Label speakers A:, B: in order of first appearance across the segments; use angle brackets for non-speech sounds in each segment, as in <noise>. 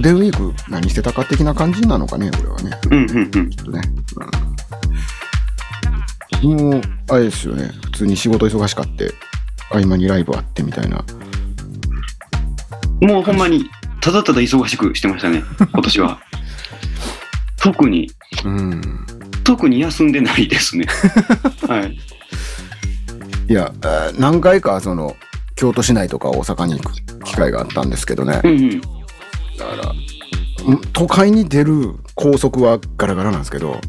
A: デンウィーク何してたか的な感じなのかね、俺はね。
B: うんうんうん。
A: ちょっとね。うん、昨日、あれですよね、普通に仕事忙しかって、合間にライブあってみたいな。
B: もうほんまに、ただただ忙しくしてまし
A: <laughs>
B: たね、今年は。特に、
A: うん。
B: 特に休んでないで
A: <laughs>
B: すね。はい。
A: いや、あー何回か、その、京都市内とか大阪に行く機会があったんですけどね。
B: うんうん。
A: だから、ん都会に出る高速はガラガラなんですけど、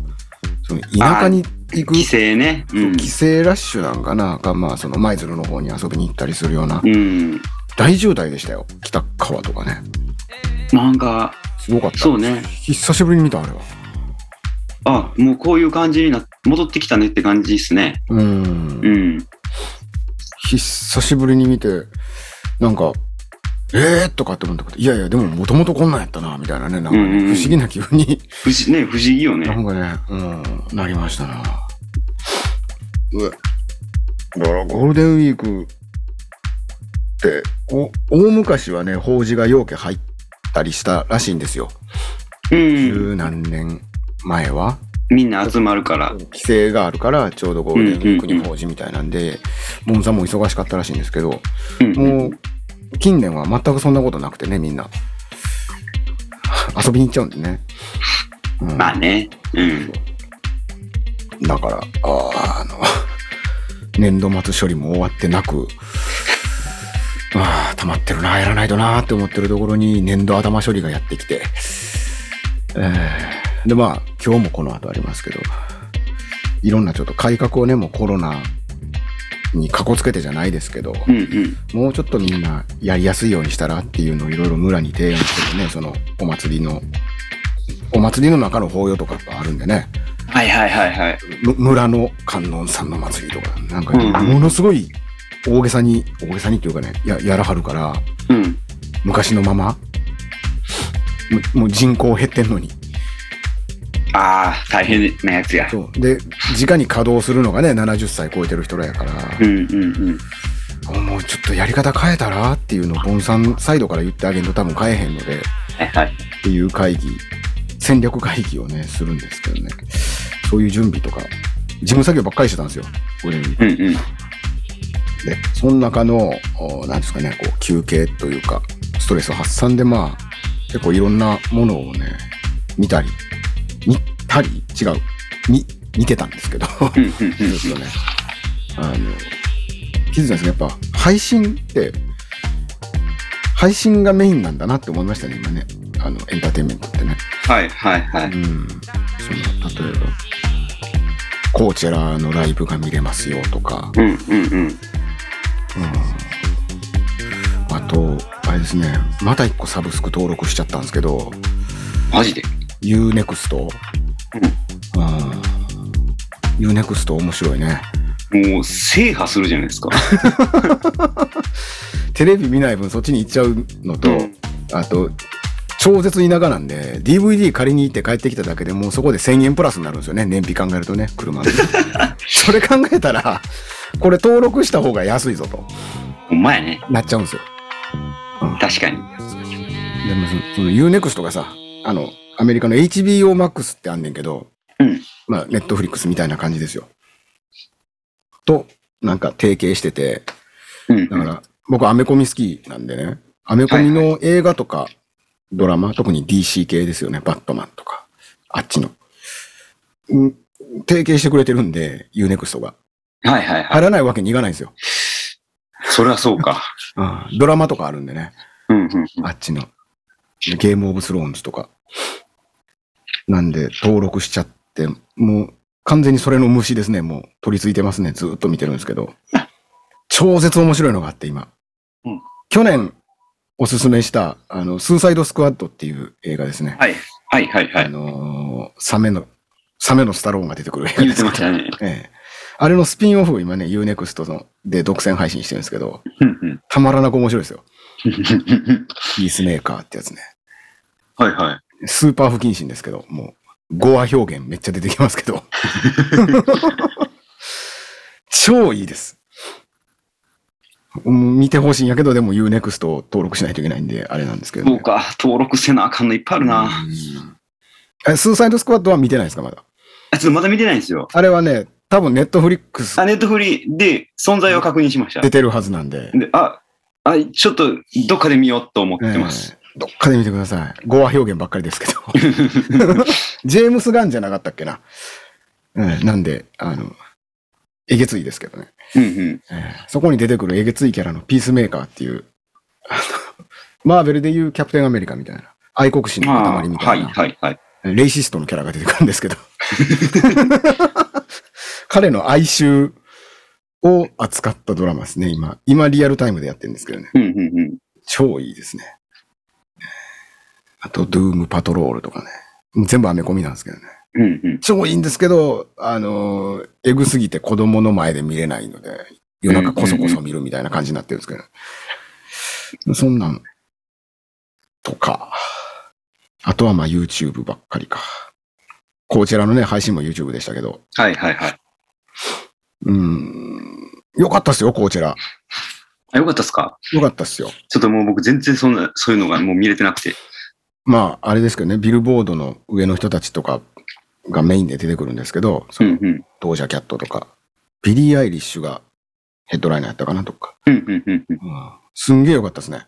A: その田舎に行く
B: 帰省ね。う。
A: そうん帰省ラッシュなんかな、かまあその舞鶴の方に遊びに行ったりするような
B: うん。
A: 大渋滞でしたよ北川とかね
B: なんか、
A: すごかった
B: そうね。
A: 久しぶりに見たあれは
B: あ、もうこういう感じになっ戻ってきたねって感じですね。
A: う
B: うんん。
A: 久しぶりに見てなんかえー、とかって思ったこといやいやでももともとこんなんやったなみたいなねなんかね
B: うんうんうん
A: 不思議な気分に
B: 不思ね、不思議
A: <laughs>
B: よ
A: な
B: ね。
A: んかね、うん、なりましたなうわだからゴールデンウィークってお大昔はね法事が陽家入ったりしたらしいんですよ
B: うん。
A: 十何年前は
B: みんな集まるから。
A: 規制があるからちょうどゴールデンウィークに法事みたいなんで、モンさんも忙しかったらしいんですけど、
B: うん。
A: もう近年は全くそんなことなくてねみんな遊びに行っちゃうんでね、うん
B: まあね。うん。
A: だからあーあの <laughs> 年度末処理も終わってなくああ溜まってるなやらないとなーって思ってるところに年度頭処理がやってきて、えーでまあ今日もこの後ありますけどいろんなちょっと改革をねもうコロナにかこつけてじゃないですけど、
B: うんうん。
A: もうちょっとみんなやりやすいようにしたらっていうのをいろいろ村に提案してるねそのお祭りのお祭りの中の法要とかがあるんでね、
B: はいはいはいはい。
A: む村の観音さんの祭りとか、なんか、
B: うん
A: ものすごい大げさに、大げさにっていうかね、ややらはるから、
B: うん。
A: 昔のまま、むもう人口減ってんのに。
B: ああ、大変なやつや。
A: そう。で、直に稼働するのがね、70歳超えてる人らやから、
B: うんうんうん。
A: もうちょっとやり方変えたらっていうのを、ボンさんサイドから言ってあげると多分変えへんので、
B: はいはい。
A: っていう会議、戦略会議をね、するんですけどね、そういう準備とか、事務作業ばっかりしてたんですよ、これに。
B: うんうん。
A: でその中の何ですかねこう休憩というかストレス発散でまあ結構いろんなものをね見たり見たり違う見見てたんですけど <laughs>
B: うんうんうん
A: ずっとねあの気づいたんですけどやっぱ配信って配信がメインなんだなって思いましたね今ねあのエンターテインメントってね。
B: はいはい
A: う
B: はい。
A: ん、その例えばコーチェラのライブが見れますよとか。
B: うんうんうん。
A: あと、あれですね、また一個サブスク登録しちゃったんですけど、
B: マジで。
A: Unext。うん。Unext 面白いね。
B: もう制覇するじゃないですか。
A: テレビ見ない分そっちに行っちゃうのと、
B: うん
A: あと、超絶田舎なんで、DVD 借りに行って帰ってきただけでもうそこで1000円プラスになるんですよね。燃費考えるとね、車
B: <laughs>
A: で。それ考えたら、これ登録した方が安いぞと
B: ほんまやね。
A: なっちゃうんですよ。
B: 確かに。
A: でもそのその UNEXT がさあのアメリカの HBOMAX ってあんねんけど、
B: うん
A: まあネットフリックスみたいな感じですよ。となんか提携してて
B: うんうん。
A: だから僕アメコミ好きなんでねアメコミの映画とかドラマ、特に DC 系ですよねバットマンとかあっちの。うん提携してくれてるんで UNEXT が
B: はいはいはい。
A: 入らないわけにいかないんですよ、
B: そりゃそうか。
A: うんドラマとかあるんでね
B: うんうんうん。
A: あっちの。ゲームオブスローンズとか。なんで、登録しちゃって、もう、完全にそれの虫ですね。もう、取り付いてますね。ずーっと見てるんですけど。超絶面白いのがあって、今。
B: うん
A: 去年、おすすめした、あの、スーサイドスクワッドっていう映画ですね。
B: はい。はいはいは
A: あ
B: い。
A: のーサメの、サメのスタローンが出てくる映画
B: 言
A: で
B: って
A: す
B: ましたね。
A: ええ。あれのスピンオフを今ね、Unext ので独占配信してるんですけど、
B: うんうん。
A: たまらなく面白いですよ。ピースメーカーってやつね。
B: はいはい。
A: スーパー不謹慎ですけど、もう、語話表現めっちゃ出てきますけど。超いいです。うん見てほしいんやけど、でも UNEXT を登録しないといけないんで、あれなんですけど、ね。
B: そうか、登録せなあかんのいっぱいあるな。
A: うんえ、スーサイドスクワットは見てないですか、まだ。
B: あ、ちょっとまだ見てないんですよ。
A: あれはね、多分ネットフリックス
B: あ、ネットフリで存在を確認しました
A: 出。てるはずなんで、
B: であ、あ、ちょっとどっかで見ようと思ってます。
A: えーどっかで見てください。語話表現ばっかりですけど。 <laughs> ジェームス・ガンじゃなかったっけな。うん、なんで、あの、えげついですけどね、
B: うんうん。
A: えーそこに出てくるえげついキャラのピースメーカーっていう、あのマーベルでいうキャプテン・アメリカみたいな、愛国心の
B: あ
A: 塊み
B: ー
A: た
B: はいい
A: な、
B: はいはい。
A: レイシストのキャラが出てくるんですけど。 <laughs> 彼の哀愁を扱ったドラマですね、今。今リアルタイムでやってるんですけどね。
B: うんうんうん。
A: 超いいですね。あと、ドゥームパトロールとかね。全部アメコミなんですけどね。
B: うんうん。
A: 超いいんですけど、あのー、エグすぎて子供の前で見れないので、夜中こそこそ見るみたいな感じになってるんですけど、そんなん、とか、あとはまあ YouTube ばっかりか。こちらのね、配信も YouTube でしたけど、
B: はいはいはい。
A: うーん、よかったっすよ、こちら。
B: あ、よかったっすか
A: よかったっすよ。
B: ちょっともう僕全然そんな、そういうのがもう見れてなくて。
A: まあ、あれですけどね、ビルボードの上の人たちとかがメインで出てくるんですけど、そ
B: うん
A: の、
B: うん。
A: ドージャキャットとか、ビリー・アイリッシュがヘッドライナーやったかな、とか。
B: うんうんうんうん。
A: うんすんげえよかったですね。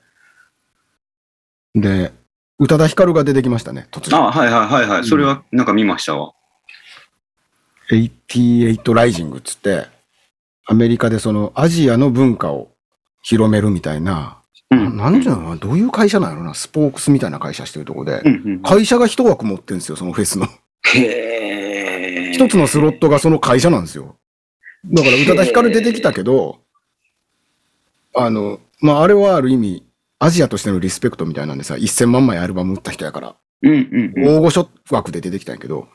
A: で、宇多田ヒカルが出てきましたね、突然。
B: あ、はいはいはいはい。それはなんか見ましたわ。
A: 88ライジングっつって、アメリカでそのアジアの文化を広めるみたいな、
B: うん。
A: なんていうのかなどういう会社なんやろな、スポークスみたいな会社してるとこで
B: う、んうん。
A: 会社が一枠持ってるんですよ、そのフェスの。
B: へー
A: 一つのスロットがその会社なんですよ。だから宇多田ヒカル出てきたけど、あの、まあ、あれはある意味、アジアとしてのリスペクトみたいなんでさ、1000万枚アルバム売った人やから、
B: うんうんうん。
A: 大御所枠で出てきたんやけど、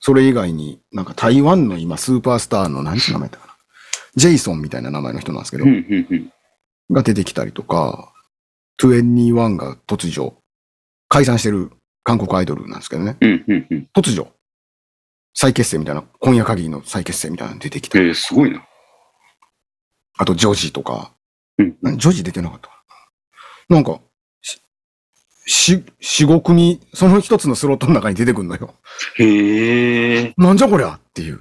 A: それ以外に、なんか台湾の今スーパースターの何て名前だったかな。ジェイソンみたいな名前の人なんですけど
B: うんう、んうん。
A: が出てきたりとか、21が突如、解散してる韓国アイドルなんですけどね、
B: うんうんうん。
A: 突如、再結成みたいな、今夜限りの再結成みたいなの出てきた
B: え。ー、すごいな。
A: あとジョージとか、
B: うん
A: なジョージ出てなかったかななんか、し、し、四五組、その一つのスロットの中に出てくんのよ。
B: へえ。
A: なんじゃこりゃっていう、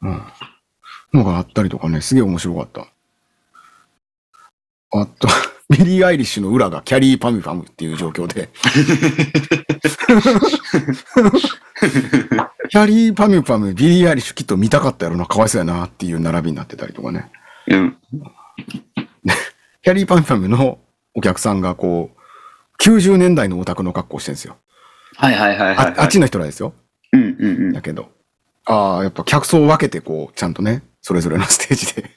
A: うん、のがあったりとかね、すげえ面白かった。あと、 <laughs> ビリー・アイリッシュの裏がキャリー・パミュパムっていう状況
B: <laughs>
A: で。キャリー・パミュパム、ビリー・アイリッシュきっと見たかったやろな、かわいそうやなっていう並びになってたりとかね。
B: うん。
A: キャリー・パミュパムのお客さんがこう、90年代のオタクの格好してるんですよ。
B: はいはいはいはい、は
A: あ
B: い。
A: あっちの人らですよ。
B: うんうんうん
A: だけど。ああ、やっぱ客層を分けてこう、ちゃんとね、それぞれのステージで。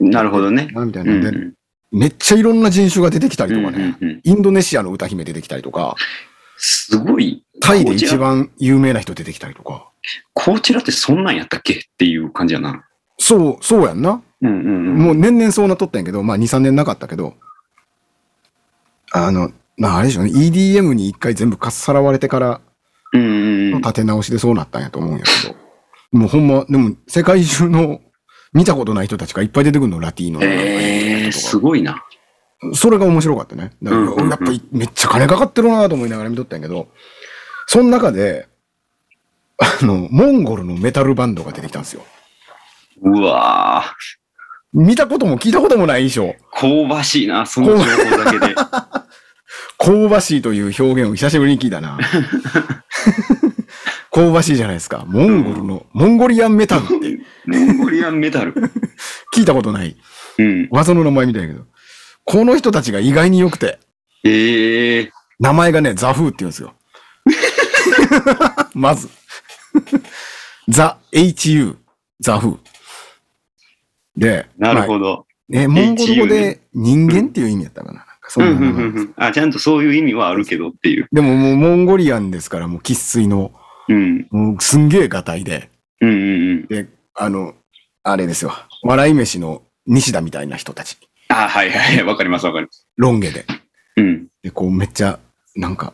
B: なるほどね。
A: なみたい
B: うん
A: な
B: うん
A: で、めっちゃいろんな人種が出てきたりとかね、
B: うんうんうん
A: インドネシアの歌姫出てきたりとか、
B: すごい。
A: タイで一
B: こちら。
A: 番有名な人出てきたりとか、
B: こちらってそんなんやったっけっていう感じやな。
A: そう、そうやんな。
B: うんうんうん。
A: もう年々そうなっとったんやけど、まあ2、3年なかったけど、あの、まああれでしょうね、EDM に一回全部かっさらわれてから
B: うんうんう
A: の
B: ん。
A: 立て直しでそうなったんやと思うんやけど、もうほんま、でも世界中の見たことない人たちがいっぱい出てくるの、ラティーノの中に
B: ええー、す
A: とか
B: ごいな。
A: それが面白かったね。だから
B: うんうんうん
A: やっぱりめっちゃ金かかってるなと思いながら見とったんやけど、その中で、あの、モンゴルのメタルバンドが出てきたんですよ。
B: うわー
A: 見たことも聞いたこともない衣装。
B: 香ばしいな、その情報だけで。
A: 香ばしいという表現を久しぶりに聞いた
B: <laughs>
A: な。香ばしいじゃないですか。モンゴルの、モンゴリアンメタルって
B: モンゴリアンメタル。
A: 聞いたことない。
B: うん。
A: 技の名前みたいやけど。この人たちが意外に良くて、
B: ええー。
A: 名前がね、ザフーって言うんですよ。 <laughs> まず。ザ・ HU、ザフー。で、
B: なる
A: まあ
B: ほど。
A: えモンゴル語
B: HU
A: で人間っていう意味やったかな。なんかそ
B: うん
A: なん名
B: うん
A: 前
B: うんうん。あ、ちゃんとそういう意味はあるけどっていう。
A: でももうモンゴリアンですから、もう生粋の、
B: うん。
A: もうすんげえがたいで、
B: うんうんうん。
A: で、あの、あれですよ、笑い飯の西田みたいな人たち、
B: あ、はいはいはい。わかりますわかります。
A: ロン毛で。
B: うん。
A: で、こうめっちゃ、なんか、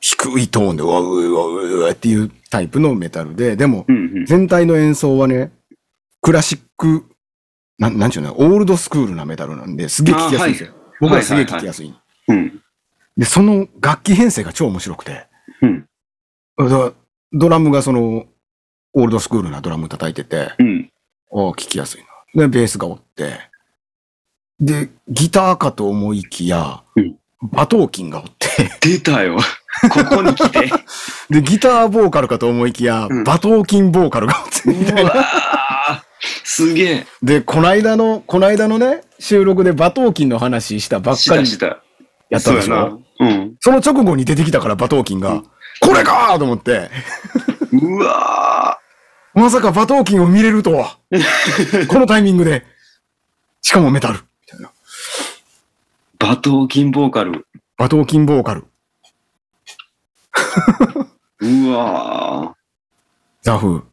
A: 低いトーンで、わううわううわっていうタイプのメタルで、でも
B: う、んうん。
A: 全体の演奏はね、クラシックなん、なんちゅうの、オールドスクールなメタルなんで、すげえ聴きやすいんですよ。僕はすげえ聴きやすい。
B: うん。
A: で、その楽器編成が超面白くて、
B: うん。
A: だドラムがその、オールドスクールなドラム叩いてて、
B: うん。
A: ああ、聞きやすいな。で、ベースがおって。で、ギターかと思いきや、
B: うん
A: バトーキンがおって。
B: 出たよ。ここに
A: <laughs>
B: 来て。
A: で、ギターボーカルかと思いきや、
B: うん
A: バトーキンボーカルがおって。みたいうな
B: わーすげえ。
A: で、こないだの、こないだのね、収録でバトーキンの話したばっ
B: し
A: か
B: た
A: り
B: した。
A: やったでしょ
B: そうやな。うん。
A: その直後に出てきたから、バトーキンが、
B: うん
A: これかーと思って、
B: うわ
A: まさかバトーキンを見れると
B: <laughs>
A: は。このタイミングで。しかもメタル。みたいな。
B: ーバトーキンボーカル。
A: バトーキンボーカル。
B: うわ
A: ザフ。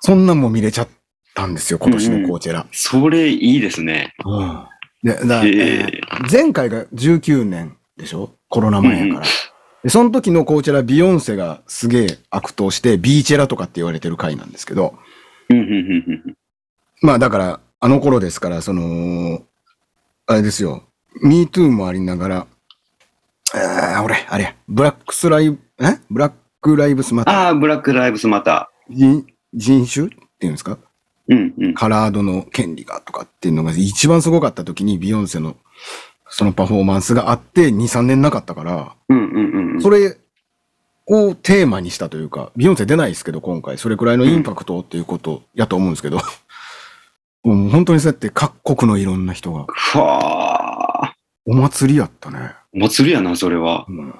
A: そんなんも見れちゃったんですよ、今年のコーチェラ
B: ー。それいいですね。
A: うん。で、だ、
B: え
A: え
B: え
A: ー前回が19年でしょコロナ前やから。で、その時のコーチェラ、ビヨンセがすげえ悪党して、ビーチェラとかって言われてる回なんですけど、
B: うんうんうん
A: まあだから、あの頃ですから、その、あれですよ、MeToo もありながら、あー俺、あれや、ブラックスライブ、えブラックライブスマ
B: うん
A: ター
B: ああ、ブラックライブスマタ
A: 人人種っていうんですか
B: ー。うんうん。
A: カラードの権利がとかっていうのが一番すごかった時にビヨンセのそのパフォーマンスがあって2、3年なかったから、
B: うんうんうん。
A: それをテーマにしたというか、ビヨンセ出ないですけど今回、それくらいのインパクトっていうことやと思うんですけど、 <laughs> もう本当にそうやって各国のいろんな人が、
B: はあ。
A: お祭りやったね。
B: お祭りやな、それは。
A: うん。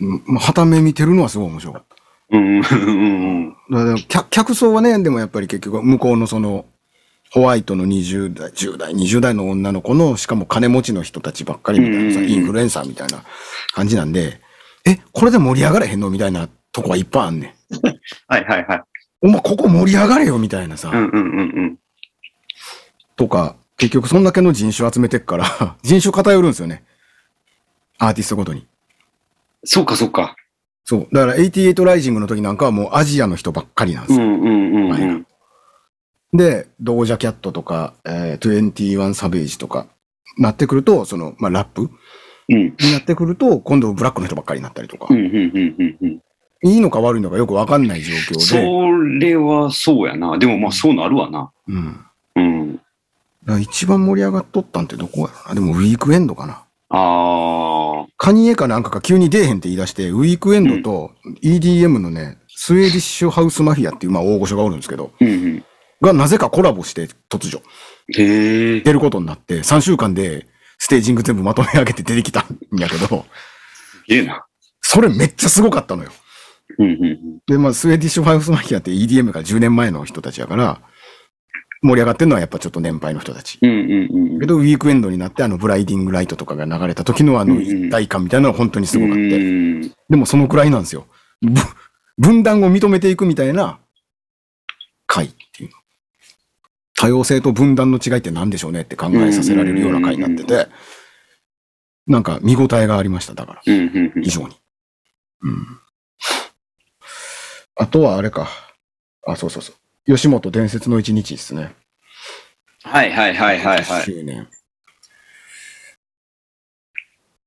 A: うんまあ、は目見てるのはすごい面白かった。
B: うんうんうんうん。
A: だから客客層はね、でもやっぱり結局、向こうのその、ホワイトの20代、10代、20代の女の子の、しかも金持ちの人たちばっかりみたいなさ、
B: うんうんう
A: イ
B: ん
A: ンフルエンサーみたいな感じなんで、え、これで盛り上がれへんのみたいなとこはいっぱいあんね
B: はいはいはい。
A: ん。お前ここ盛り上がれよみたいなさ、
B: うんうんうんうん。
A: とか、結局そんだけの人種集めてっから、 <laughs> 人種偏るんですよね。アーティストごとに。
B: そうかそうか。
A: そう。だから88ライジングの時なんかはもうアジアの人ばっかりなんです
B: う
A: よ。
B: んうんうんう
A: はい
B: ん。
A: で、ドージャキャットとか、えー、21サベージとか、なってくると、その、まあ、ラップ
B: うん。
A: になってくると、今度ブラックの人ばっかりになったりとか
B: う、んうんうんうんうん。
A: いいのか悪いのかよくわかんない状況
B: そ
A: で、
B: れはそうやな。でもまあそうなるわな。
A: うん。だか
B: うん。
A: ら一番盛り上がっとったんってどこやろな。でも、ウィークエンドかな。
B: ああ。
A: カニエかなんかが急に出えへんって言い出して、ウィークエンドと EDM のね、スウェーディッシュハウスマフィアっていう、まあ、大御所がおるんですけど、
B: うんうん。
A: がなぜかコラボして突如。
B: へえ。
A: 出ることになって、3週間でステージング全部まとめ上げて出てきたんやけど、
B: すげえな。
A: それめっちゃすごかったのよ。
B: うんうんうん。
A: で、まあ、スウェーディッシュファイブスマヒアって EDM が10年前の人たちやから、盛り上がってるのはやっぱちょっと年配の人たち。
B: うんうんう
A: け
B: ん。
A: ど、ウィークエンドになってあの、ブライディングライトとかが流れた時のあ
B: う
A: の、
B: んうん
A: 一体感みたいなのは本当にすごかっ
B: う
A: た。
B: ん
A: でも、そのくらいなんですよ。ぶ分断を認めていくみたいな回っていうの。多様性と分断の違いって何でしょうねって考えさせられるような回になって
B: うんうん
A: て、なんか見応えがありました、だから。
B: うんうんうん
A: 以。上に。うん。あとはあれか。あ、そうそうそう。吉本伝説の一日ですね。
B: はいはいはいはいは
A: 10
B: い。
A: 周年。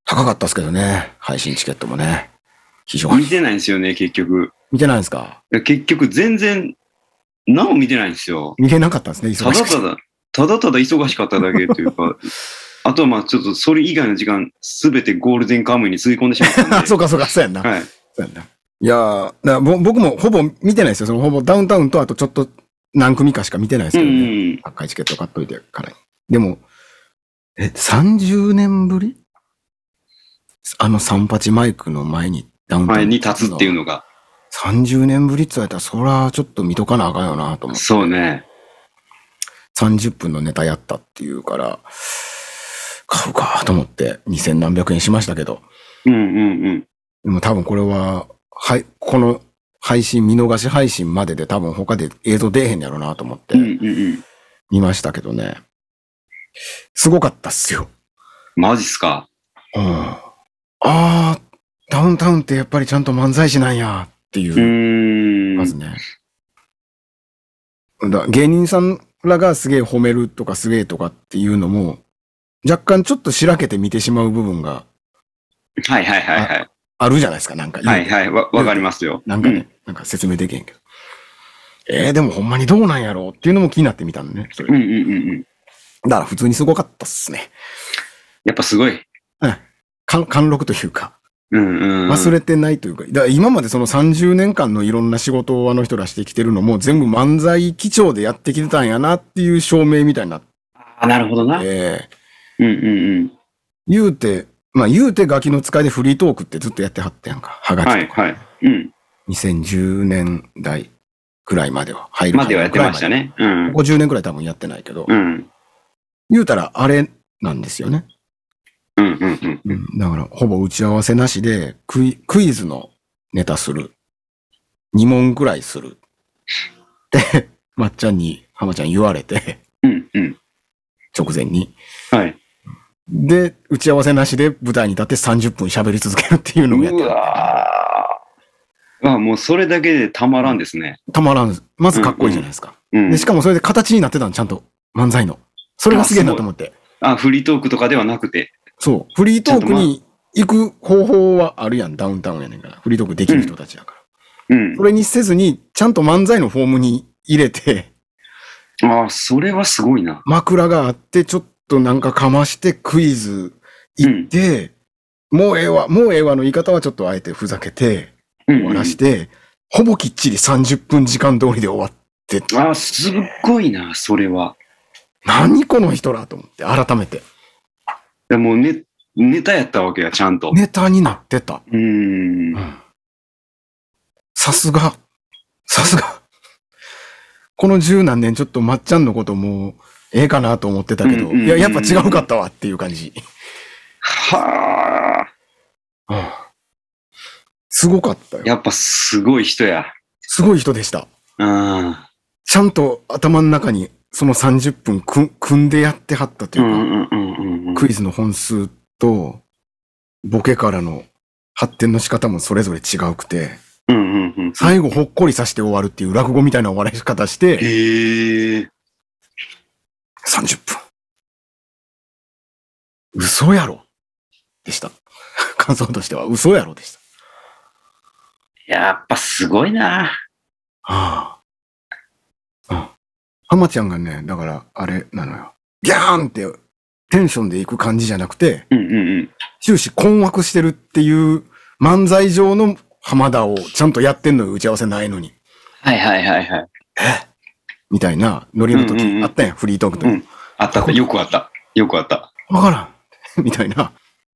A: 高かったですけどね。配信チケットもね。非常
B: 見
A: に。
B: てないんですよね、結局。
A: 見てないんですか
B: いや結局全然、なお見てないんですよ。
A: 見れなかったんですね、
B: た
A: 忙し
B: だ
A: くて
B: ただ、ただただ忙しかっただけとい
A: <laughs>
B: うか、あとはまあちょっとそれ以外の時間、すべてゴールデンカムイに吸い込んでしまった
A: <laughs>
B: ん
A: あ、
B: で。
A: そうかそうか、そうやんな。
B: はい。
A: そうやんな。いやーだからぼ僕もほぼ見てないですよ。そのほぼダウンタウンとあとちょっと何組かしか見てないです
B: う
A: け
B: ん
A: どね。
B: うん。
A: 赤いチケット買っといてからに。でも、え、30年ぶりあの三八マイクの前にダウンタウン
B: 前に立つっていうのが。
A: 30年ぶりって言われたら、そらちょっと見とかなあかんよなと思って。
B: そうね。
A: 30分のネタやったっていうから、買うかと思って2000何百円しましたけど。
B: うんうんうん。
A: でも多分これは、はい、この配信、見逃し配信までで多分他で映像出えへんやろうなと思って
B: うんうんうん。
A: 見ましたけどね。すごかったっすよ。
B: マジっすか。
A: うんああ、ダウンタウンってやっぱりちゃんと漫才師なんやっていう
B: ー
A: う、まず
B: ん。
A: ね。だ芸人さんらがすげえ褒めるとかすげえとかっていうのも、若干ちょっとしらけて見てしまう部分が
B: はいはいはいはい。
A: あるじゃないですか、なんか。
B: はいはい。わ、わかりますよ。
A: なんか
B: う
A: ね、なんか説明できへんけど。えー、でもほんまにどうなんやろうっていうのも気になってみたんね。それ
B: うんうんうんうん。
A: だから普通にすごかったっすね。
B: やっぱすごい。
A: 貫貫禄というか、
B: うんうん。
A: 忘れてないというか、だから今までその30年間のいろんな仕事をあの人らしてきてるのも全部漫才基調でやってきてたんやなっていう証明みたいになっ
B: あ、なるほどな。うん
A: て、
B: うんうん。
A: 言うて、まあ言うてガキの使いでフリートークってずっとやってはったやんか。はがきとか。
B: はいはい。うん。
A: 2010年代くらいまでは入るか
B: ま
A: な
B: ではやってました。ね。う
A: こ
B: ん。
A: こ10年くらい多分やってないけど、
B: うん。
A: 言うたらあれなんですよね。
B: うんうんうん。
A: うん、だから、ほぼ打ち合わせなしでクイ、クイズのネタする。2問くらいする。って、 <laughs> まっちゃんに、浜ちゃん言われて、
B: うんうん。
A: 直前に。
B: はい。
A: で、打ち合わせなしで舞台に立って30分喋り続けるっていうのもやって
B: う
A: る
B: わーあ、もうそれだけでたまらんですね。
A: たまらんです。まずかっこいいじゃないですか。
B: うん
A: で、。しかもそれで形になってたの、ちゃんと。漫才の。それがすげえなと思って。
B: あ、フリートークとかではなくて。
A: そう。フリートークに行く方法はあるやん、ダウンタウンやねんから。フリートークできる人たちやから。
B: うん
A: そ。れにせずに、ちゃんと漫才のフォームに入れて、
B: ああ、それはすごいな。
A: 枕があって、ちょっとなんかかましてクイズ行って、もうええわ、もうええわの言い方はちょっとあえてふざけて、
B: うん
A: 終わらして、ほぼきっちり30分時間通りで終わって、
B: ああ、すっごいな、それは。
A: 何この人らと思って、改めて。
B: いやもうネネタやったわけや、ちゃんと。
A: ネタになってた。
B: うーん。
A: さすが、さすが。この十何年ちょっとまっちゃんのこともうええかなと思ってたけ
B: うん
A: ど、
B: うんうんうん
A: いや、やっぱ違うかったわっていう感じ。
B: はあ。
A: すごかったよ。
B: やっぱすごい人や。
A: すごい人でした。
B: うん。
A: ちゃんと頭の中にその30分くん組んでやってはったと
B: う
A: い
B: んう
A: うか、
B: んうんうんうん。
A: クイズの本数と、ボケからの発展の仕方もそれぞれ違うくて、
B: うんうんうん。
A: 最後ほっこりさせて終わるっていう落語みたいな終わらし方して、
B: へえ。
A: 30分。嘘やろでした。 <laughs> 感想としては嘘やろでした。
B: やっぱすごいな。
A: はあ。うん。浜ちゃんがね、だから、あれなのよ。ギャーンって、テンションでいく感じじゃなくて、
B: うんうんうん。
A: 終始困惑してるっていう漫才上の浜田をちゃんとやってんのよ、打ち合わせないのに。
B: はいはいはいはい。
A: みたいなノリの時
B: うんうんうん
A: あったやん、フリートークと
B: う。ん。あったあった。よくあった。よくあった。
A: わからん。 <laughs> みたいな。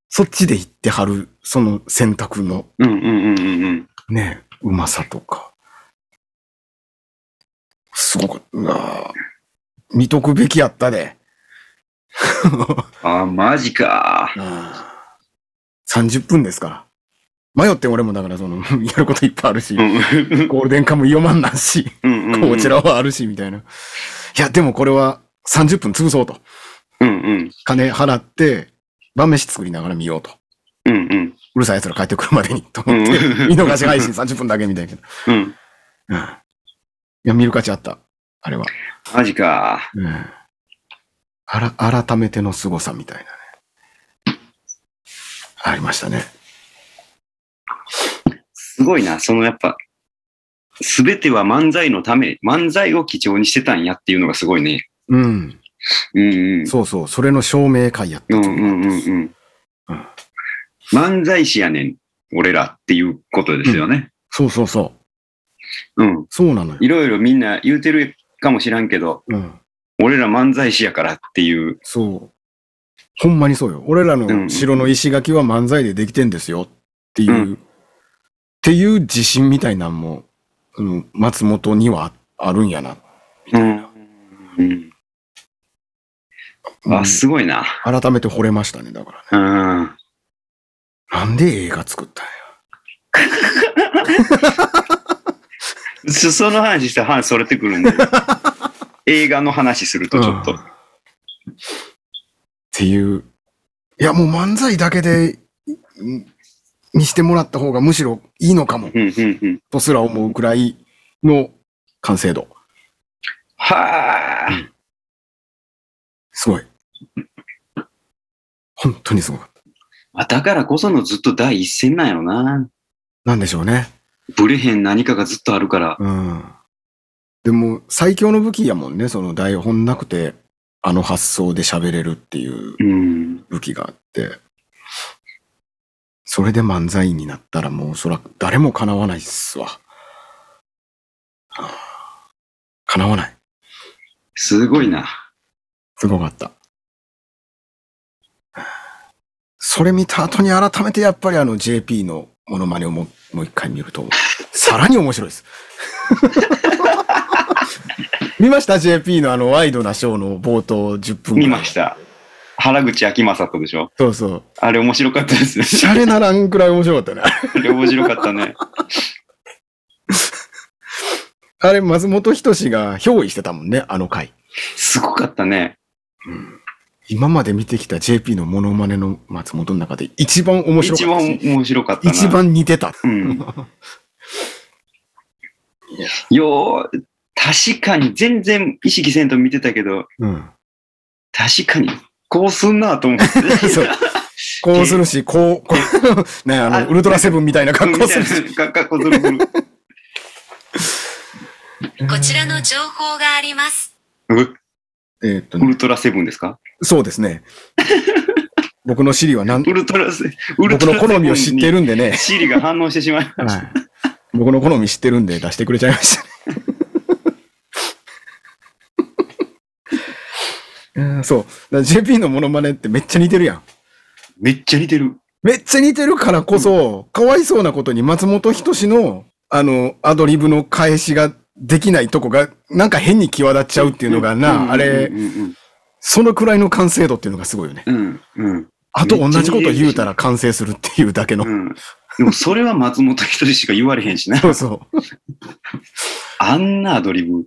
A: そっちで行ってはる、その選択の
B: うんうんうんうんうん。
A: ね、うまさとか。すごく、うわぁ見とくべきやったで。
B: あー、マジか。
A: 30分ですから。迷って俺もだからその、 <laughs> やることいっぱいあるし
B: う、んうん
A: ゴールデンカム読まんなんし、
B: うんうん。
A: こち。らはあるし、みたいな。いや、でもこれは30分潰そうと。
B: うんうん。
A: 金払って、晩飯作りながら見ようと。
B: うんうん。
A: うるさい奴ら帰ってくるまでに、と思って、
B: うん
A: 見逃し配信30分だけみたいな。
B: うん。
A: うんいや、見る価値あった。あれは。
B: マジか。
A: うん。あら、改めての凄さみたいなね。ありましたね。
B: すごいな。そのやっぱ、すべては漫才のため、漫才を基調にしてたんやっていうのがすごいね。
A: うん。
B: うんうん。
A: そうそう。それの証明会やった
B: うん
A: と
B: う
A: 思
B: んうんうん。漫才師やねん、俺らっていうことですよね。
A: そうそうそう。
B: うん。
A: そうなのよ
B: い。ろいろみんな言うてるかもしらんけど、
A: うん。
B: 俺ら漫才師やからっていう。
A: そう。ほんまにそうよ。俺ら
B: うんう
A: の
B: ん
A: 城の石垣は漫才でできてんですよっていう、
B: うん
A: っていう自信みたいなんも、その松本にはあるんやな。
B: うん。うん、
A: うん
B: あ、すごいな。
A: 改めて惚れましたね、だからね。
B: うん。
A: なんで映画作ったんや。
B: そその話したら話それて
A: <laughs>
B: くるんで。映画の話するとちょっと。
A: うんっていう。いや、もう漫才だけで、んにしてもらった方がむしろいいのかも、
B: うん、うん、うん。
A: とすら思うくらいの完成度。
B: はあ。
A: すごい。本当にすごかった。
B: まあ、だからこそのずっと第一線なんやろな。
A: なんでしょうね。
B: ブレへん何かがずっとあるから。
A: うん。でも、最強の武器やもんね。その台本なくて、あの発想で喋れるっていう
B: うん。
A: 武器があって。それで漫才になったらもうそら誰も叶わないっすわ。叶わない。
B: すごいな。
A: すごかった。それ見た後に改めてやっぱりあの JP のモノマネをもうもう一回見ると、さらに面白い
B: <laughs>
A: です。見ました ?JP のあのワイドなショーの冒頭10分。
B: 見ましたた。原口秋政とでしょ
A: そうそう。
B: あれ面白かったですね。
A: シャレならんくらい面白かったね。
B: <laughs> あれ面白かったね。
A: あれ、松本人志が憑依してたもんね、あの回。
B: すごかったね。
A: 今まで見てきた JP のモノマネの松本の中で一番面白か
B: 一
A: ったし。
B: 番面白かったな。
A: 一番似てた。
B: うん。よう、確かに全然意識せんと見てたけど、
A: <laughs> うん。
B: 確かに、こうすんなと思っ
A: <laughs>
B: て。
A: そう。こうするし、こう、こう、 <laughs> ね、あ
B: あ
A: の、ウルトラセブンみたいな格好するし。
B: みたいな <laughs> 格好するする。
C: こちらの情報があります。
B: う
A: えーっと
B: ウ
A: ね、
B: ルトラセブンですか
A: そうです
B: <laughs>
A: ね。僕のシリはなん、
B: ウ
A: 僕
B: ルトラセ、ウルトラ
A: の
B: セブン
A: 好
B: に
A: みを知ってるんでね。
B: シリが反応してしまいま
A: は
B: した。
A: い。僕の好み知ってるんで出してくれちゃいま
B: <laughs>
A: した。うんそう。だから JP のモノマネってめっちゃ似てるやん。
B: めっちゃ似てる。
A: めっちゃ似てるからこそ、かわいそうなことに松本人志の、あの、アドリブの返しができないとこが、なんか変に際立っちゃうっていうのが
B: うんうんうんうん
A: な、あれ、そのくらいの完成度っていうのがすごいよね。
B: うん、うん、
A: あと同じこと言うたら完成するっていうだけの。
B: うん。でもそれは松本人志しか言われへんしな。
A: そうそう。
B: あんなアドリブ。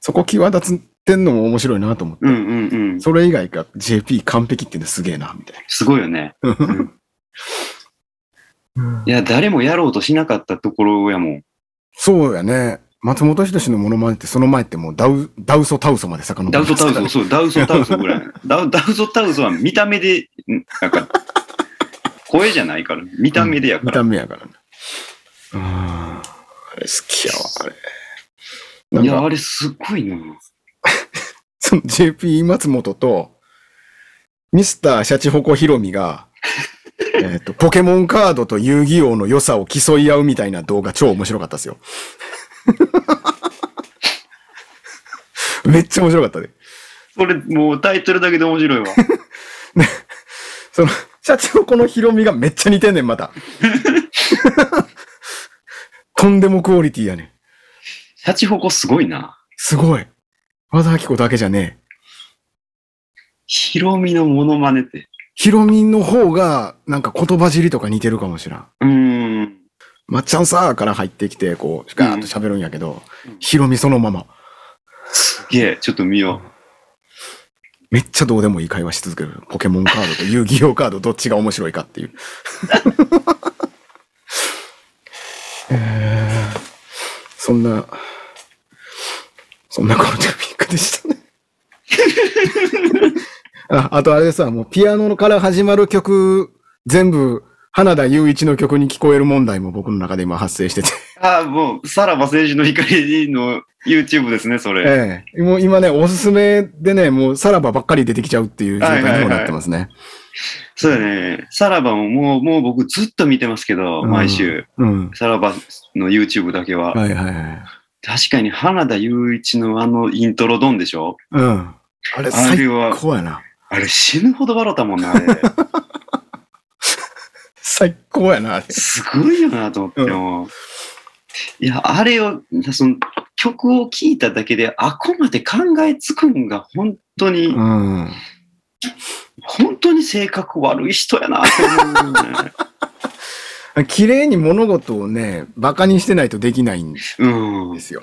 A: そこ際立ってんのも面白いなと思って。
B: うんうんうん。
A: それ以外が JP 完璧っていうのすげえな、みたい
B: すごいよね。
A: な。
B: いや、誰もやろうとしなかったところやもん。
A: そうやね。松本人志のモノマネってその前ってもうダウ、ダウソタウソまで遡って
B: ダウ
A: ます
B: ソ
A: か
B: タ
A: ら
B: ウ
A: ね
B: ソ、そう、ダウソタウソぐ
A: <laughs>
B: らい。ダウダウソタウソは見た目で、んなんか、声じゃないから、見た目でやか
A: 見
B: ら。
A: た目やからね。うん。あれ好きやわ、あれ。
B: い
A: なん
B: や、
A: か、
B: あれすごいな。
A: その JP 松本と、ミスターシャチホコヒロミ
B: <laughs>
A: が、えっと、ポケモンカードと遊戯王の良さを競い合うみたいな動画超面白かったですよ。めっちゃ面白かったで。
B: それ、もうタイトルだけで面
A: <laughs>
B: 白いわ。
A: その、シャチホコのヒロミがめっちゃ似てんねん、
B: <laughs>
A: また。とんでもクオリティやねん。
B: シャチホコすごいな。
A: すごい。和田アキ子だけじゃねえ。
B: ヒロミのモノマネって。
A: ヒロミの方が、なんか言葉尻とか似てるかもしらん。
B: うーん。
A: まっちゃんさーから入ってきて、こう、ガーッと喋るんやけど、
B: うん
A: ヒロミそのまま。
B: すげえ、ちょっと見よ
A: めっちゃどうでもいい会話し続ける。ポケモンカードと遊戯王カード、どっちが面白いかっていう。えーそんな、そんなゴールデンウィークでした <laughs> ね。ああとあれでさ、もうピアノから始まる曲、全部、花田雄一の曲に聞こえる問題も僕の中で今発生してて。
B: う。ああ、もう、さらば青春の光の YouTube ですね、それ。
A: ええ。もう今ね、おすすめでね、もうさらばばっかり出てきちゃうっていう状態にもなってますね。
B: そうだね。さらばももう、もう僕ずっと見てますけど、
A: うん
B: 毎週。
A: うん。
B: さらばの YouTube だけは。
A: はいはいはい。
B: 確かに花田雄一のあのイントロドンでしょ
A: うん。あれ
B: あれ
A: 最
B: は、
A: 高やな。
B: あれ死ぬほど笑ったもんな、
A: <laughs>
B: あれ。
A: 最高やな、あれ。
B: すごいよなと思っても。いや、あれを、その曲を聴いただけで、あこまで考えつくんが本当に、
A: うん。
B: 本当に性格悪い人やなと思うよね。
A: 綺麗に物事をね、馬鹿にしてないとできないんで
B: うん。
A: すよ。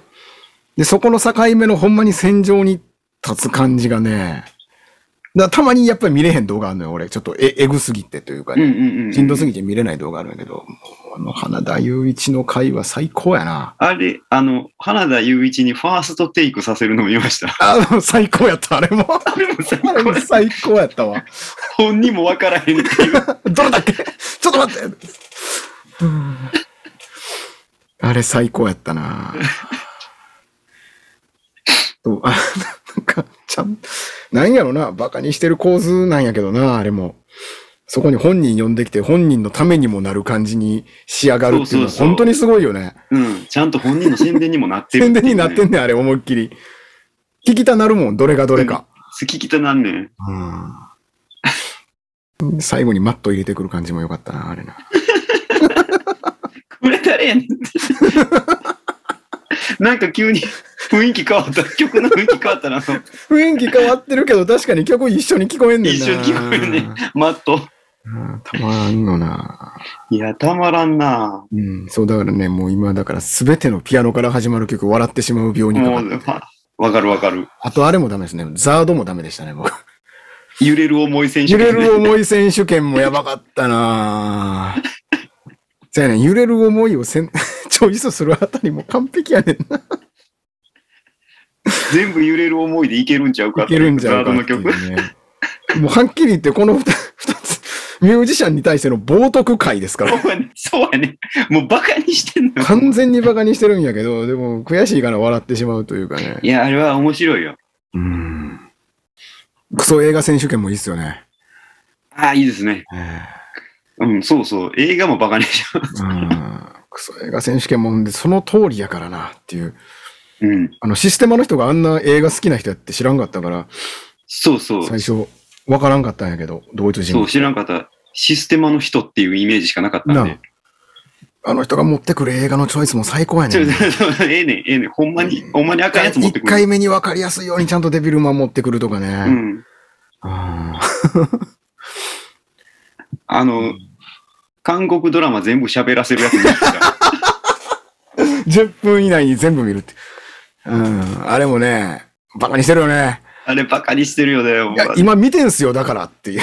A: で、そこの境目のほんまに戦場に立つ感じがね、だからたまにやっぱり見れへん動画あるのよ、俺。ちょっとえ、えぐすぎてというか
B: うん
A: ね、
B: うんうん。
A: しんどすぎて見れない動画あるんやけど、この花田雄一の回は最高やな。
B: あれ、あの、原田雄一にファーストテイクさせるの見ました。
A: あ、でも最高やった、あれも。
B: あれも最
A: あれ
B: 高
A: も
B: で
A: <laughs>
B: す。
A: 最高やったわ。
B: 本人もわからへんっていう。
A: <laughs> どれだっけちょっと待って。うんあれ最高やったな。そう <laughs> あなんか、ちゃん、なんやろな、バカにしてる構図なんやけどな、あれも。そこに本人呼んできて、本人のためにもなる感じに仕上がるっていうのは、
B: そうそうそう
A: 本当にすごいよね。
B: うん。ちゃんと本人の宣伝にもなってる
A: 宣伝になって
B: る。
A: んねん、あれ、思いっきり。聞きたなるもん、どれがどれか。
B: 好き汚なんねん。
A: <laughs> うん最後にマット入れてくる感じもよかったな、あれな。
B: これ誰やねん。なんか急に雰囲気変わった。曲の雰囲気変わったな。あの
A: 雰囲気変わってるけど、確かに曲一緒に聞こえんねんな。
B: 一緒に聞こえるね。マット。
A: うんたまらんのな。
B: いや、たまらんな。
A: うん、そうだからね、もう今だから全てのピアノから始まる曲、笑ってしまう病にかか
B: も
A: っ
B: う、
A: てて。
B: わわかるわかる。
A: あとあれもダメですね。ザードもダメでしたね、僕。
B: 揺れる思い選手
A: 揺
B: 権
A: れ
B: ね、
A: る思い選手権もやばかったな <laughs> じゃあねん、揺れる思いをせん <laughs> チョイスするあたりも完璧やねんな。
B: 全部揺れる思いでいけるんちゃうか
A: いけるんじゃうか
B: ザ
A: っ
B: ー
A: てい
B: ドの
A: う
B: 曲。
A: ね。もうはっきり言って、この二二つ、ミュージシャンに対しての冒涜会ですから。
B: そうやね。そうやね。もうバカにしてんのよ。
A: 完全にバカにしてるんやけど、でも悔しいから笑ってしまうというかね
B: い。や、あれは面白いよ。
A: うん。クソ映画選手権もいいっすよね。
B: ああ、いいですね。うん、そうそう。映画もバカにしちゃ
A: うん。クソ映画選手権もんで、その通りやからなっていう。
B: う。うん。
A: あの、システマの人があんな映画好きな人やって知らんかったから、
B: そうそう。
A: 最初、わからんかったんやけど、ドイツ人
B: そ
A: の
B: う、知らんかった。システマの人っていうイメージしかなかったんで。
A: あの人が持ってくる映画のチョイスも最高や
B: ち
A: ね
B: ょ
A: ん。
B: ちょええねん、ええねん。ほんまに
A: うん、
B: ほんまに赤いやつ持って
A: 一
B: くる。
A: 回目に分かりやすいようにちゃんとデビルマン持ってくるとかね。
B: うん。
A: <laughs> うん
B: あの、韓国ドラマ全部喋らせるやつになってた
A: 10分以内に全部見るって。うん。あれもね、バカにしてるよね。
B: あれバカにしてるよね、ほん
A: い
B: ま
A: や、今見てんすよ、だからっていう。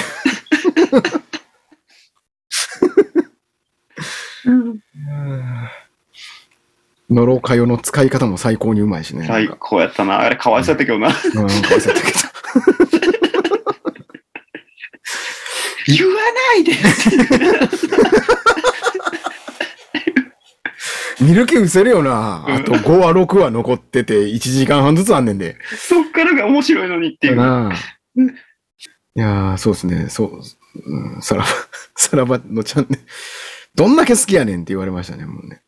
A: ノロカヨの使い方も最高にうまいしね。
B: 最
A: なんか
B: 高やったな。あれかわいそうやったけどな。
A: うん、かわいそうだけど
B: 言わないで
A: 見る気失せるよな。あと5話、6話残ってて、1時間半ずつあんねんで。
B: そっからが面白いのにっていう。
A: なあ
B: うん
A: いやー、そうですね。そう、うん、さらば、さらばのチャンネル。どんだけ好きやねんって言われましたね、もうね。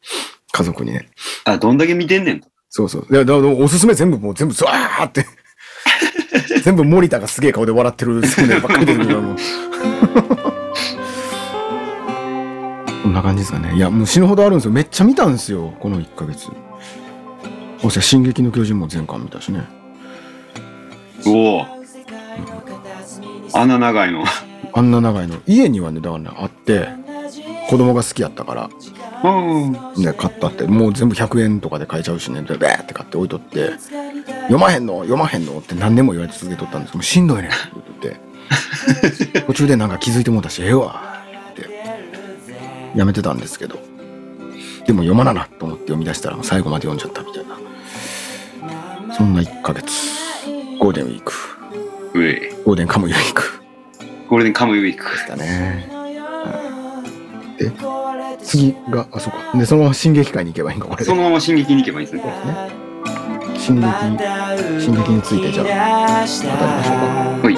A: 家族にね。
B: あ、どんだけ見てんねんと。
A: そうそう。いや、だからおすすめ全部もう全部ザーって。全部森田がすげえ顔で笑ってるサムネイルばっかり出てくるからもうこんな感じですかね。いや、もう死ぬほどあるんですよ。めっちゃ見たんですよ。この1ヶ月。そして、進撃の巨人も全巻見たしね。
B: おお。穴長いの。
A: あんな長いの。家にはね、だからね、あって、子供が好きやったから、
B: うん。
A: で、買ったって、もう全部100円とかで買えちゃうしね、で、べーって買って置いとって、読まへんの読まへんのって何年も言われ続けとったんですけど、もうしんどいねんって言ってて、途中でなんか気づいてもうたし、ええわって、やめてたんですけど、でも読まななと思って読み出したら、もう最後まで読んじゃったみたいな、そんな1ヶ月、ゴールデンウィーク、
B: うえ。
A: ゴールデンカムイウィーク
B: これでカムイウィーク。
A: だね。え次が、あ、そうか。で、そのまま進撃会に行けばいいんか、これで
B: そ。のまま進撃に行けばいいですね。
A: 進撃、進撃についてじゃあ、語りましょうか。
B: ほい。